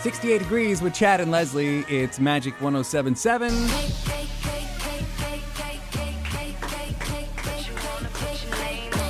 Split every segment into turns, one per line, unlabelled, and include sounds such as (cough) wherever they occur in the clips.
68 Degrees with Chad and Leslie. It's Magic 1077.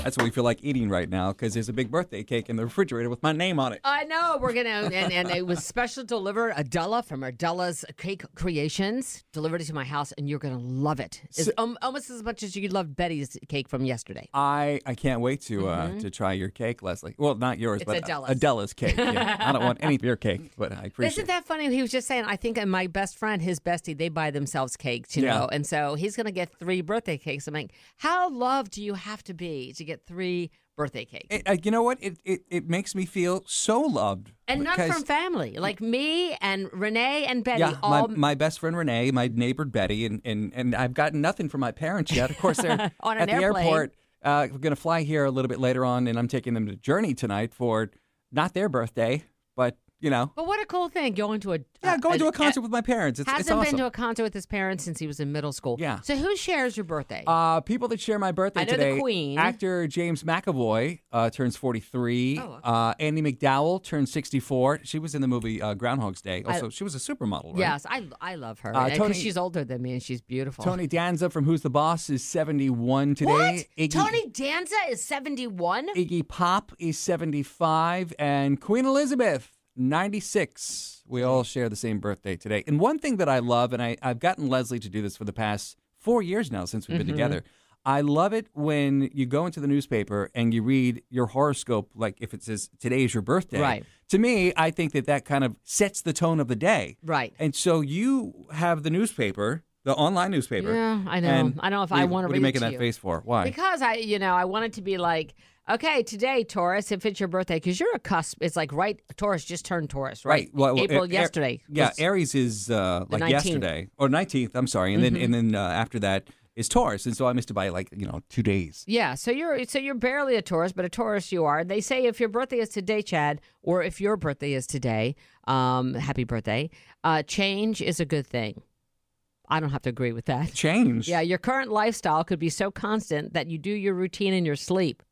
That's what we feel like eating right now because there's a big birthday cake in the refrigerator with my name on it.
I know we're gonna, and, and it was special delivered Adela from Adela's Cake Creations delivered it to my house, and you're gonna love it. It's um, almost as much as you loved Betty's cake from yesterday.
I, I can't wait to uh, to try your cake, Leslie. Well, not yours,
Mm-hmm. It's
but uh,
Adela's.
Adela's cake. Yeah. I don't want any of your cake, but I appreciate
(laughs) Isn't
it.
that funny? He was just saying. I think my best friend, his bestie, they buy themselves cakes, you
Yeah.
know, and so he's gonna get three birthday cakes. I'm like, how loved do you have to be to get three birthday cakes?
It, uh, you know what? It, it it makes me feel so loved.
and not
because-
from family, like me and Renee and Betty.
Yeah, my,
all
my best friend Renee, my neighbor Betty, and, and, and I've gotten nothing from my parents yet. Of course, they're
(laughs) On
at
an
the
airplane.
airport. Uh, we're going to fly here a little bit later on, and I'm taking them to Journey tonight for not their birthday, but you know,
But what a cool thing going to a
yeah, going to a
an-
concert with my parents. It's,
uh, Hasn't
it's awesome.
been to a concert with his parents since he was in middle school.
Yeah.
So who shares your birthday?
uh, people that share my birthday
I know the
today.
Queen.
Actor James McAvoy uh, turns 43.
Oh, okay.
uh, Andy McDowell turns 64. She was in the movie uh, Groundhog's Day. Also, she was a supermodel, right?
Yes, I I love her
Uh,
because
Tony-
she's older than me and she's beautiful.
Tony Danza from Who's the Boss is 71 today.
what?
Iggy-
Tony Danza is seventy one.
Iggy Pop is 75 and Queen Elizabeth 96. We all share the same birthday today. And one thing that I love, and I, I've gotten Leslie to do this for the past four years now since we've been
Mm-hmm.
together. I love it when you go into the newspaper and you read your horoscope, like if it says today is your birthday.
Right.
To me, I think that that kind of sets the tone of the day.
Right.
And so you have the newspaper, the online newspaper.
Yeah, I know.
and
I know if
what
I
are you-
wanna
What are you
read it
making
to
that
you.
face for? Why?
Because I, you know, I wanted to be like, okay, today, Taurus, if it's your birthday, because you're a cusp. It's like right, Taurus just turned Taurus, right?
Well, well,
April
Ar- Ar-
yesterday.
yeah,
was-
Aries is uh, like
19th.
yesterday or nineteenth. I'm sorry, and
Mm-hmm.
then and then uh, after that is Taurus, and so I missed it by like you know two days.
Yeah, so you're so you're barely a Taurus, but a Taurus you are. They say if your birthday is today, Chad, or if your birthday is today, um, happy birthday. Uh, change is a good thing. I don't have to agree with that.
Change.
Yeah, your current lifestyle could be so constant that you do your routine in your sleep.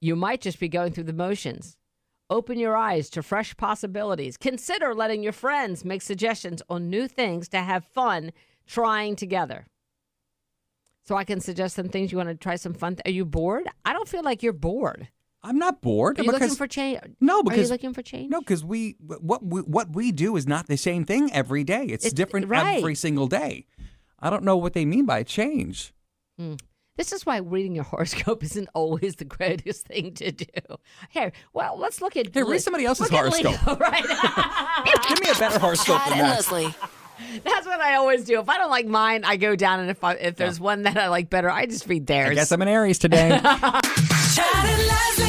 You might just be going through the motions. Open your eyes to fresh possibilities. Consider letting your friends make suggestions on new things to have fun trying together. So I can suggest some things you want to try some fun. Th- Are you bored? I don't feel like you're bored.
I'm not bored.
Are you
because,
looking for change?
no
Are you
because
looking for change?
no because we what we, what we do is not the same thing every day. It's,
It's-
different
right.
every single day. I don't know what they mean by change.
This is why reading your horoscope (laughs) isn't always the greatest (laughs) thing to do. Here, well, let's look at.
Hey, read somebody else's
look at Leo,
horoscope.
(laughs) right?
Give me a better horoscope
Chad
than
and
that.
Leslie.
That's what I always do. If I don't like mine, I go down, and if I, if there's one that I like better, I just read theirs. (laughs)
I guess I'm an Aries today.
Chad and Leslie.